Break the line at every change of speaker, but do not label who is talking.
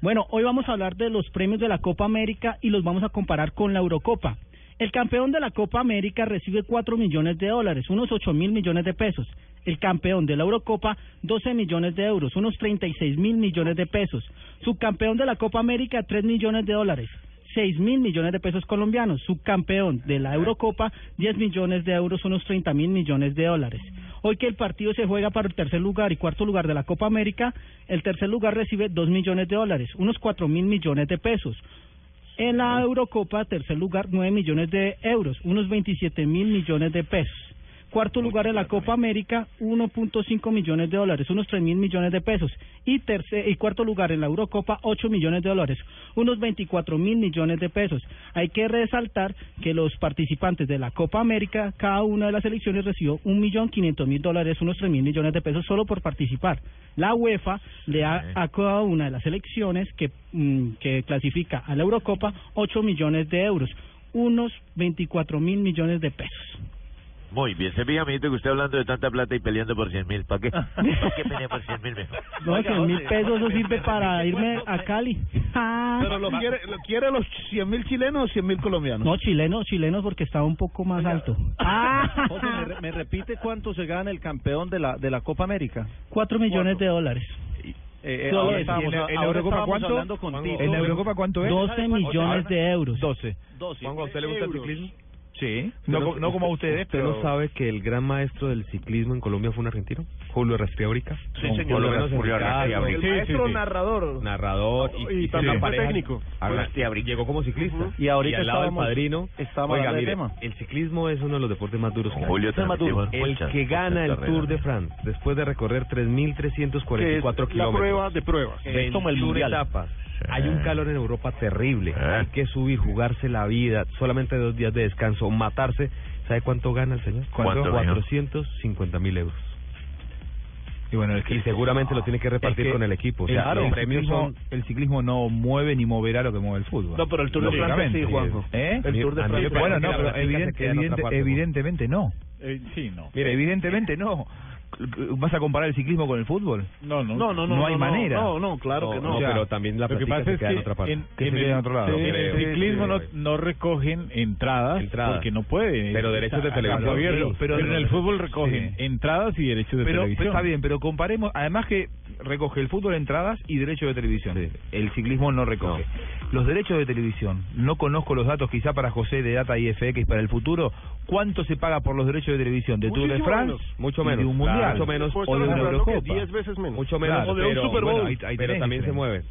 Bueno, hoy vamos a hablar de los premios de la Copa América y los vamos a comparar con la Eurocopa. El campeón de la Copa América recibe 4 millones de dólares, unos 8 mil millones de pesos. El campeón de la Eurocopa, 12 millones de euros, unos 36 mil millones de pesos. Subcampeón de la Copa América, 3 millones de dólares. 6 mil millones de pesos colombianos, subcampeón de la Eurocopa, 10 millones de euros, unos 30 mil millones de dólares. Hoy que el partido se juega para el tercer lugar y cuarto lugar de la Copa América, el tercer lugar recibe 2 millones de dólares, unos 4 mil millones de pesos. En la Eurocopa, tercer lugar, 9 millones de euros, unos 27 mil millones de pesos. Cuarto lugar en la Copa América, 1.5 millones de dólares, unos 3 mil millones de pesos. Y, tercer, y cuarto lugar en la Eurocopa, 8 millones de dólares, unos 24 mil millones de pesos. Hay que resaltar que los participantes de la Copa América, cada una de las elecciones recibió 1.500.000 dólares, unos 3 mil millones de pesos solo por participar. La UEFA le da a cada una de las elecciones que, mm, que clasifica a la Eurocopa 8 millones de euros, unos 24 mil millones de pesos.
Muy bien, se fija, amiguito, que usted hablando de tanta plata y peleando por 100 mil. ¿Para qué? ¿Para qué pelea por 100 mil mejor?
No,
Oiga,
100 mil
José,
pesos eso
pero-
sirve
pero-
para
pero-
irme a Cali.
Ah,
Pero lo quiere, lo quiere los 100 mil chilenos o 100 mil colombianos.
No, chilenos, chilenos porque estaba un poco más alto. Ah.
José, ¿me, re- me repite cuánto se gana el campeón de la de la Copa América?
4 millones de dólares.
Eh, eh,
Solo
ahora
eso.
estábamos-
¿Y en la-
en la
ahora
Eurocopa
estábamos
cuánto?
hablando con Tito.
¿En la Eurocopa cuánto es?
12 millones de euros.
12.
12.
Juan, ¿a usted le gusta el ciclismo?
Sí. No, co- no como a ustedes,
¿Usted
pero...
no sabe que el gran maestro del ciclismo en Colombia fue un argentino? Julio Rastriábrica.
Sí, señor.
Por lo menos en
Julio
Ricardo,
Rastriábrica.
El
Sí,
maestro narrador.
Narrador
Y
y,
también
una
fue
pareja-
técnico.
Ahora,
Rastriábrica.
llegó como ciclista.
Y ahorita
al lado del
estábamos-
padrino.
estábamos
Oiga,
hablando del
mire,
tema.
el ciclismo es uno de los deportes más duros que hay.
Julio
el, más duro.
también lleva
el
muchas,
que gana el
muchas
Tour de
carreras.
France después de recorrer 3.344 kilómetros.
de pruebas.
Es como el mundial. Etapas. Hay un calor en Europa terrible.
Sí.
Hay que subir, jugarse la vida, solamente dos días de descanso, matarse. ¿Sabe cuánto gana el señor?
¿Cuánto gana?
450 mil euros.
Y bueno, el
Y seguramente lo tiene que repartir
Es que
con el equipo. O sea,
claro,
los
el
premios
ciclismo,
son...
el ciclismo no mueve ni moverá lo que mueve el fútbol.
No, pero el Tour de Francia sí,
Lógicamente.
Juanjo.
¿Eh?
El Tour de
A mí me
Francia.
parece Bueno, no,
que la
pero
práctica
evidente-
se queda en
evidente-
otra parte, ¿no?
evidentemente no. sí, no. Mire, evidentemente no. ¿Vas a comparar el ciclismo con el fútbol?
No, no.
no, hay manera.
No, no, claro que no.
no, pero también la
Lo que
práctica
pasa
se
es
queda
que
en otra parte.
en,
Que se
en
quede
el,
en otro lado.
en
No
el
creo.
ciclismo
Sí,
no,
sí, sí.
no recogen entradas,
Entradas.
porque no pueden.
Pero
Es-
derechos de
está-
televisión.
está abierto.
Sí,
pero,
pero-
en el fútbol recogen
sí.
entradas y derechos de
Pero
televisión.
está bien, pero comparemos. Además que recoge el fútbol entradas y derechos de televisión.
Sí.
El ciclismo no recoge. Los derechos de televisión. No conozco los datos, quizá para José de Data y FX para el futuro. ¿Cuánto se paga por los derechos de televisión de Tour de France?
Mucho
y de
menos.
un mundial.
Mucho menos.
Pues,
O de una Eurocopa.
Mucho menos, pero,
Claro, pero-
bueno,
bueno, ahí- ahí
pero
tenés
también se
diferencia.
mueve.